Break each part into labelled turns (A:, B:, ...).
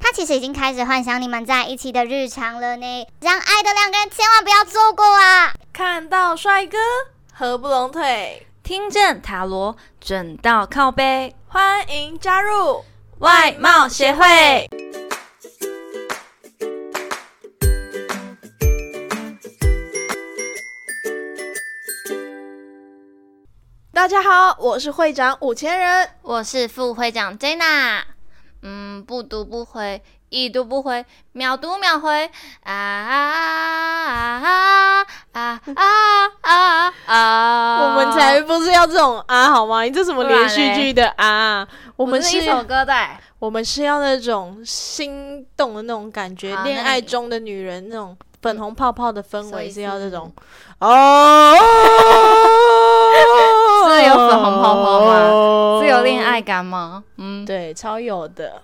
A: 他其实已经开始幻想你们在一起的日常了呢。这样爱的两个人千万不要错过啊！
B: 看到帅哥合不拢腿，
C: 听见塔罗，准到靠背，
B: 欢迎加入
C: 外貌协会。
B: 大家好，我是会长五千人。
C: 我是副会长 Jenna。嗯，不读不回，已读不回，秒读秒回啊啊啊啊啊啊啊！
B: 我们才不是要这种啊，好吗？你这什么连续剧的啊？我
C: 我
B: 们是
C: 一首歌的欸，
B: 我们是要那种心动的那种感觉
C: 好，
B: 恋
C: 那
B: 爱
C: 你
B: 中的女人那种粉红泡泡的氛
C: 所
B: 围
C: 以
B: 是要
C: 是，
B: 这种哦
C: 是有粉红泡泡吗
B: 吗
C: 是有恋爱感吗？嗯，
B: 对，超有的。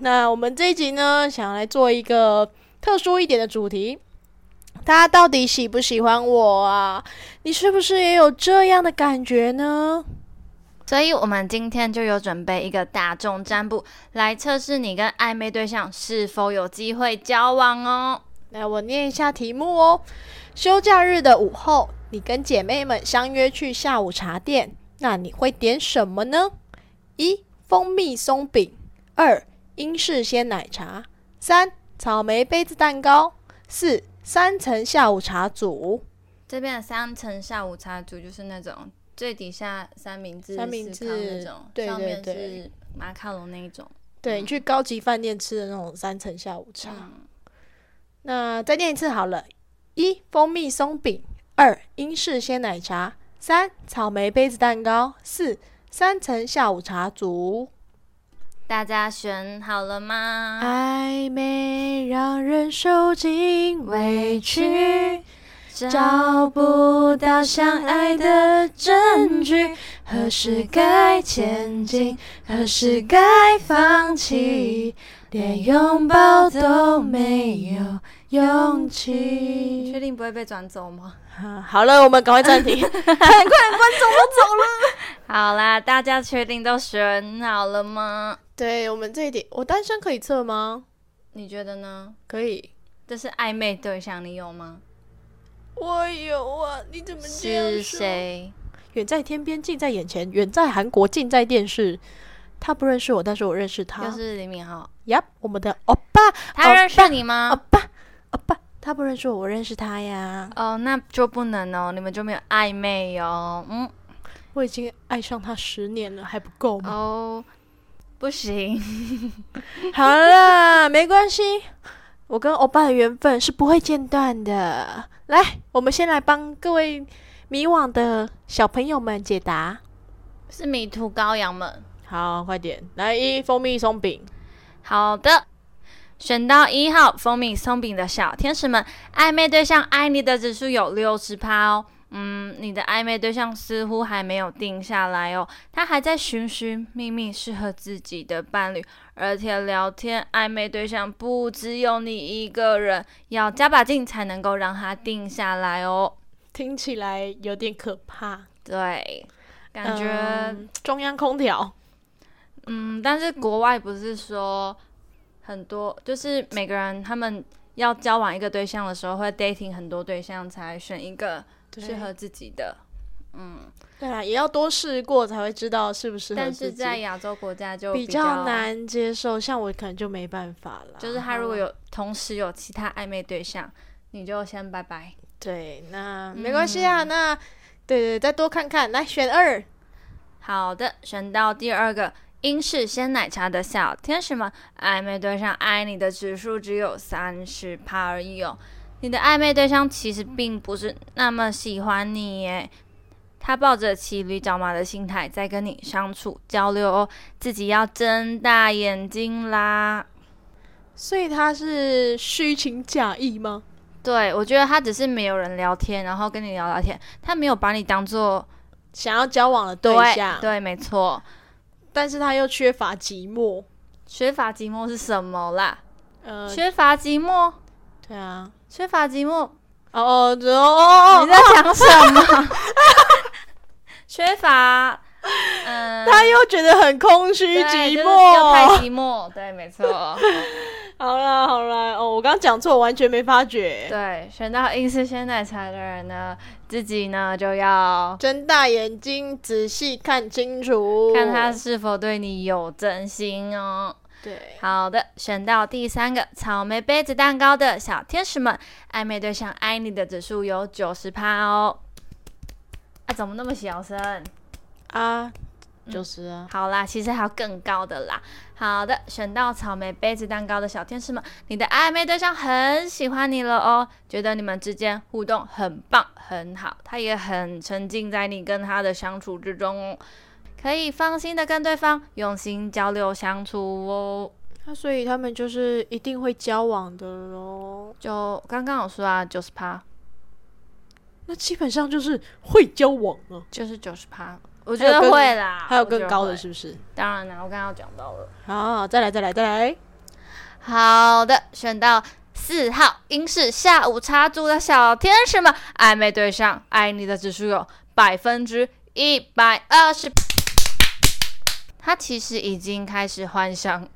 B: 那我们这一集呢，想来做一个特殊一点的主题。大家到底喜不喜欢我啊？你是不是也有这样的感觉呢？
C: 所以我们今天就有准备一个大众占卜来测试你跟暧昧对象是否有机会交往哦。
B: 来，我念一下题目哦。休假日的午后，你跟姐妹们相约去下午茶店，那你会点什么呢？一、蜂蜜松饼；二、英式鲜奶茶；三、草莓杯子蛋糕；四、三层下午茶组。
C: 这边的三层下午茶组就是那种最底下三明治、
B: 三明治
C: 司康那种，
B: 对对
C: 上面
B: 对
C: 是马卡龙那一种。
B: 对你去高级饭店吃的那种三层下午茶。
C: 嗯，
B: 那再念一次好了：一、蜂蜜松饼；二、英式鲜奶茶；三、草莓杯子蛋糕；四、三层下午茶组。
C: 大家选好了吗？
B: 啊暧昧让人受尽委屈，找不到相爱的证据。何时该前进，何时该放弃，连拥抱都没有勇
C: 确
B: 气。
C: 定不会被转走吗？
B: 好了，我们赶快暂 停。
C: 好啦，大家确定都选好了吗？
B: 对我们这一点，我单身可以测吗？
C: 你觉得呢？
B: 可以。
C: 这是暧昧对象，你有吗？
B: 我有啊，你怎么这样
C: 是
B: 说
C: 谁？
B: 远在天边，近在眼前；远在韩国，近在电视。他不认识我，但是我认识他
C: 又。是李敏镐，
B: 呀，我们的欧巴，
C: 他认识你
B: 欧
C: 吗？
B: 巴，欧巴，啊他不认识我，我认识他呀。
C: 哦，那就不能哦，你们就没有暧昧哦。嗯，
B: 我已经爱上他十年了，还不够吗？
C: 哦，不行，
B: 好啦，没关系，我跟欧巴的缘分是不会间断的。来，我们先来帮各位迷惘的小朋友们解答。
C: 是迷途羔羊们。
B: 好，快点，来一蜂蜜松饼。
C: 好的，选到一号蜂蜜松饼的小天使们，暧昧对象爱你的指数有六十趴哦。嗯，你的暧昧对象似乎还没有定下来哦，他还在寻寻觅觅适合自己的伴侣，而且聊天暧昧对象不只有你一个人，要加把劲才能够让他定下来哦。
B: 听起来有点可怕，
C: 对，感觉、
B: 嗯中央空调
C: 嗯，但是国外不是说很多，就是每个人他们要交往一个对象的时候，会 dating 很多对象才选一个适合自己的。嗯，
B: 对啊，也要多试过才会知道适不适合
C: 但
B: 自
C: 是
B: 己。
C: 在亚洲国家就
B: 比
C: 较
B: 较，难哦接受，像我可能就没办法了。
C: 就是他如果有同时有其他暧昧对象，你就先拜拜。
B: 对，那没关系
C: 嗯
B: 啊，那对对，再多看看，来选二。
C: 好的，选到第二个英式鲜奶茶的小天使们，暧昧对象爱你的指数只有三十趴而已哦。你的暧昧对象其实并不是那么喜欢你耶，他抱着骑驴找马的心态在跟你相处交流哦，自己要睁大眼睛啦。
B: 所以他是虚情假意吗？
C: 对，我觉得他只是没有人聊天，然后跟你聊聊天，他没有把你当做
B: 想要交往的对象，
C: 对，没错。
B: 但是他又缺乏寂寞。
C: 缺乏寂寞是什么啦？
B: 呃，
C: 缺乏寂寞，
B: 对啊，
C: 缺乏寂 寞，
B: 哦哦哦哦，
C: 你在讲什么？缺乏嗯，
B: 他又觉得很空虚
C: 对
B: 寂
C: 就是又太
B: 寞。
C: 寂 寞，对，没错，
B: 好啦好啦，哦，我刚刚讲错，完全没发觉。
C: 对，选到英式鲜奶茶的人呢，自己呢就要
B: 睁大眼睛，仔细看清楚，
C: 看他是否对你有真心哦。
B: 对。
C: 好的，选到第三个草莓杯子蛋糕的小天使们，暧昧对象爱你的指数有九十趴哦。啊，怎么那么小声？
B: 啊，
C: 嗯
B: 就是啊，
C: 好啦，其实还有更高的啦。好的，选到草莓杯子蛋糕的小天使们，你的暧昧对象很喜欢你了哦，觉得你们之间互动很棒很好，他也很沉浸在你跟他的相处之中哦，可以放心的跟对方用心交流相处哦。
B: 那、所以他们就是一定会交往的喽。
C: 就刚刚有说啊，九十趴
B: 那基本上就是会交往啊。
C: 就是九十趴，我
B: 还
C: 觉
B: 有
C: 得
B: 更
C: 会啦，
B: 还有
C: 我觉
B: 更
C: 得
B: 高的
C: 会
B: 是不是？
C: 当然啦，我刚刚有讲到了。
B: 好，再来再来再来。
C: 好的，选到四号英式下午茶组的小天使们，暧昧对象爱你的指数有百分之一百二十。他其实已经开始幻想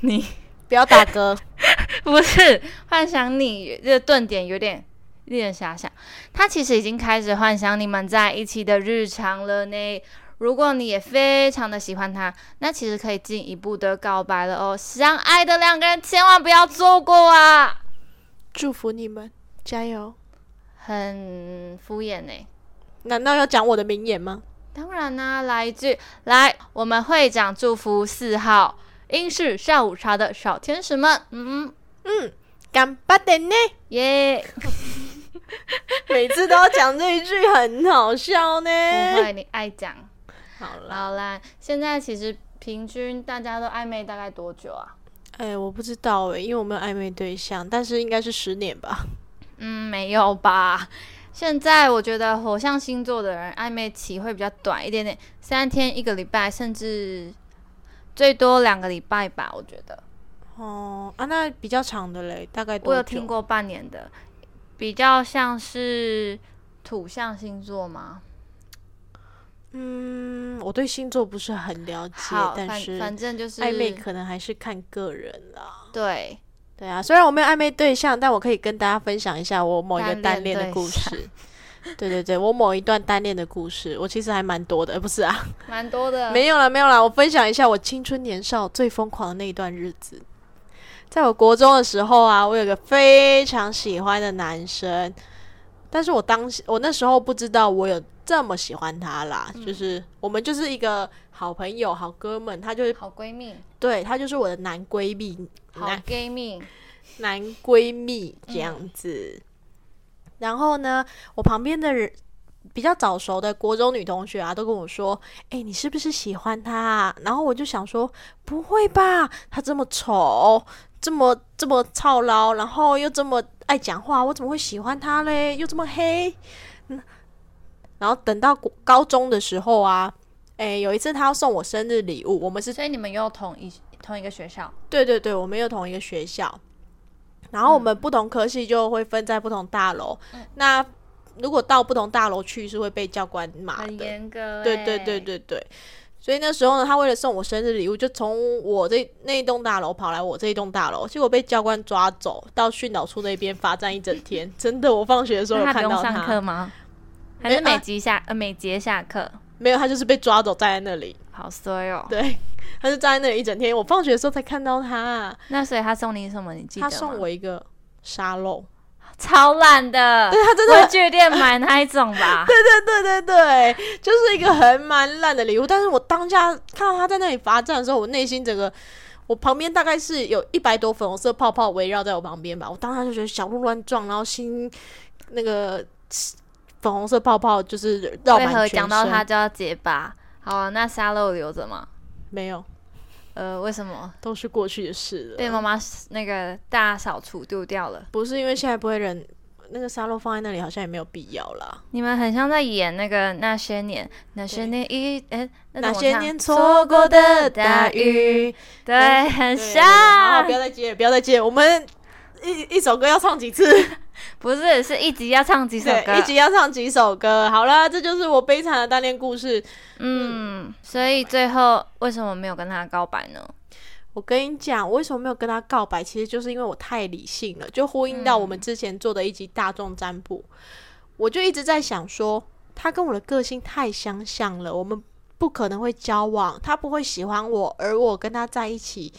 C: 你，
B: 不要打嗝，
C: 不是幻想你，这个顿点有点令人遐想。他其实已经开始幻想你们在一起的日常了呢。如果你也非常的喜欢他，那其实可以进一步的告白了哦。相爱的两个人千万不要错过啊！
B: 祝福你们，加油！
C: 很敷衍呢、
B: 难道要讲我的名言吗？
C: 当然啦、来一句，来，我们会长祝福四号英式下午茶的小天使们，嗯，
B: 干巴的呢？
C: 耶、
B: 每次都要讲这一句，很好笑呢。
C: 不会，你爱讲。
B: 好啦，
C: 好啦，现在其实平均大家都暧昧大概多久啊？
B: 哎、我不知道哎、因为我没有暧昧对象，但是应该是十年吧。
C: 嗯，没有吧？现在我觉得火象星座的人暧昧期会比较短一点点，三天、一个礼拜，甚至最多两个礼拜吧。我觉得
B: 哦啊，那比较长的嘞，大概多
C: 我有
B: 久
C: 听过半年的，比较像是土象星座吗？
B: 嗯，我对星座不是很了解
C: 好，，
B: 但
C: 反
B: 是
C: 反正嗯就是
B: 暧昧可能还是看个人啦。
C: 对，
B: 对啊，虽然我没有暧昧对象，但我可以跟大家分享一下我某一个单
C: 单
B: 恋
C: 恋
B: 的
C: 对
B: 故
C: 象
B: 事。对对对，我某一段单恋的故事，我其实还蛮多的，呃不是啊，
C: 蛮多的。
B: 没有啦，没有啦，我分享一下我青春年少最疯狂的那一段日子。在我国中的时候啊，我有个非常喜欢的男生，但是我当时我那时候不知道我有这么喜欢他啦，就是我们就是一个好朋友、好哥们，他就是
C: 好闺蜜，
B: 对他就是我的男闺蜜，
C: 好
B: 男
C: gay 蜜，
B: 男闺蜜这样子。然后呢，我旁边的人比较早熟的国中女同学啊，都跟我说：“哎、你是不是喜欢他、啊？”然后我就想说：“不会吧，他这么丑，这么这么操劳，然后又这么爱讲话，我怎么会喜欢他嘞？又这么黑。”嗯，然后等到国高中的时候啊，哎、有一次他要送我生日礼物，我们是
C: 所以你们又同一同一个学校，
B: 对对对，我们又同一个学校，然后我
C: 嗯
B: 们不同科系就会分在不同大楼。那如果到不同大楼去，是会被教官骂
C: 很
B: 的。
C: 严格、欸。
B: 对对对对对。所以那时候呢，他为了送我生日礼物，就从我这那一栋大楼跑来我这一栋大楼，结果被教官抓走，到训导处那边罚站一整天。 真的，我放学的时候有
C: 那他不
B: 看
C: 用
B: 到
C: 上课吗？还是
B: 没啊
C: 每集下、呃每节下课？
B: 没有，他就是被抓走站在那里。
C: 好衰哦。
B: 对，他就站在那里一整天。我放学的时候才看到他，啊
C: 那所以他送你什么？你记得
B: 他
C: 吗？
B: 送我一个沙漏。
C: 超烂的，
B: 对他真的
C: 回去店买那一种吧。
B: 对对对，就是一个很蛮烂的礼物。但是我当下看到他在那里罚站的时候，我内心整个，我旁边大概是有一百朵粉红色泡泡围绕在我旁边吧。我当下就觉得小鹿乱撞，然后心那个粉红色泡泡就是绕
C: 为
B: 满
C: 何
B: 全
C: 讲到
B: 身
C: 他就要结巴？好、啊，那沙漏留着吗？
B: 没有，
C: 呃，为什么
B: 都是过去的事
C: 被
B: 了。
C: 妈妈那个大扫除丢掉了？
B: 不是因为现在不会忍，那个沙漏放在那里好像也没有必要啦。
C: 你们很像在演那个那些年，那些年一哎，那
B: 那
C: 怎么
B: 些
C: 唱
B: 年错过的大雨，
C: 对，
B: 对
C: 很
B: 对对好好
C: 像
B: 不。要再接了，不要再接了，我们一一首歌要唱几次？
C: 不是，是一集要唱几首歌
B: 对，一。集要唱几首歌。好啦，这就是我悲惨的单恋故事。
C: 嗯，所以最后为什么没有跟他告白呢？
B: 我跟你讲，我为什么没有跟他告白，其实就是因为我太理性了，就呼应到我们之前做的一集大众占卜。
C: 嗯
B: 我就一直在想说，他跟我的个性太相像了，我们不可能会交往，他不会喜欢我，而我跟他在一起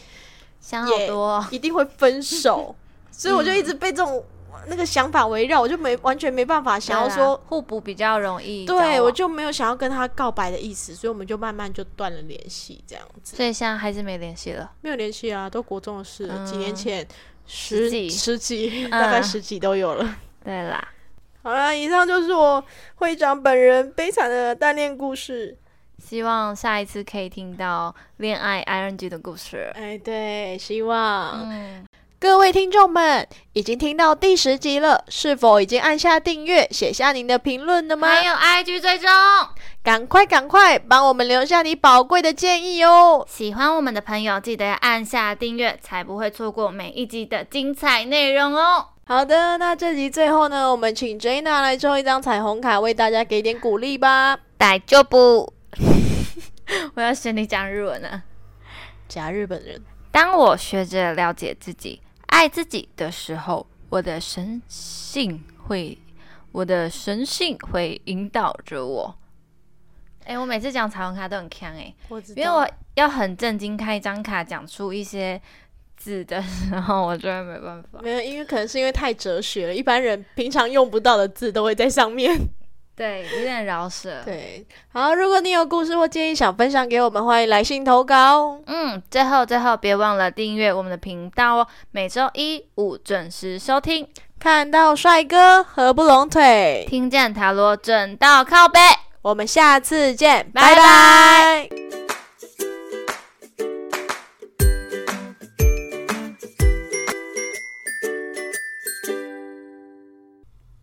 C: 想好多哦、
B: 一定会分手，所以我就一直被这种那个想法围绕，我就没完全没办法想要
C: 对啦啊
B: 说
C: 互补比较容易交往。
B: 对我就没有想要跟他告白的意思，所以我们就慢慢就断了联系，这样子
C: 所以现在还是没联系了。
B: 没有联系啊，都国中的事了，几
C: 嗯
B: 年前
C: 十
B: 十
C: 几
B: 十几， 嗯大概十几都有了。
C: 对啦，
B: 好了，以上就是我会长本人悲惨的单恋故事。
C: 希望下一次可以听到恋爱 ing 的故事。
B: 哎，对，希望、
C: 嗯，
B: 各位听众们已经听到第十集了，是否已经按下订阅，写下您的评论了吗？
C: 还有 IG 追踪，
B: 赶快赶快帮我们留下你宝贵的建议哦！
C: 喜欢我们的朋友记得按下订阅，才不会错过每一集的精彩内容哦。
B: 好的，那这集最后呢，我们请 Jana 来抽一张彩虹卡，为大家给点鼓励吧。
C: 逮就不， 我要学你讲日文啊了。
B: 假日本人，
C: 当我学着了解自己、爱自己的时候，我的神性会，我的神性会引导着我。哎、我每次讲彩虹卡都很强哎、
B: 我知
C: 因为我要很震惊开一张卡讲出一些字的时候，我真的没办法。
B: 没有，因为可能是因为太哲学了，一般人平常用不到的字都会在上 面。
C: 对，有点饶舌。
B: 对，好，如果你有故事或建议想分享给我们，欢迎来信投稿。哦
C: 嗯，最后最后别忘了订阅我们的频道哦，每周一五准时收听，
B: 看到帅哥合不拢腿，
C: 听见塔罗准到靠背。
B: 我们下次见，
C: 拜
B: 拜拜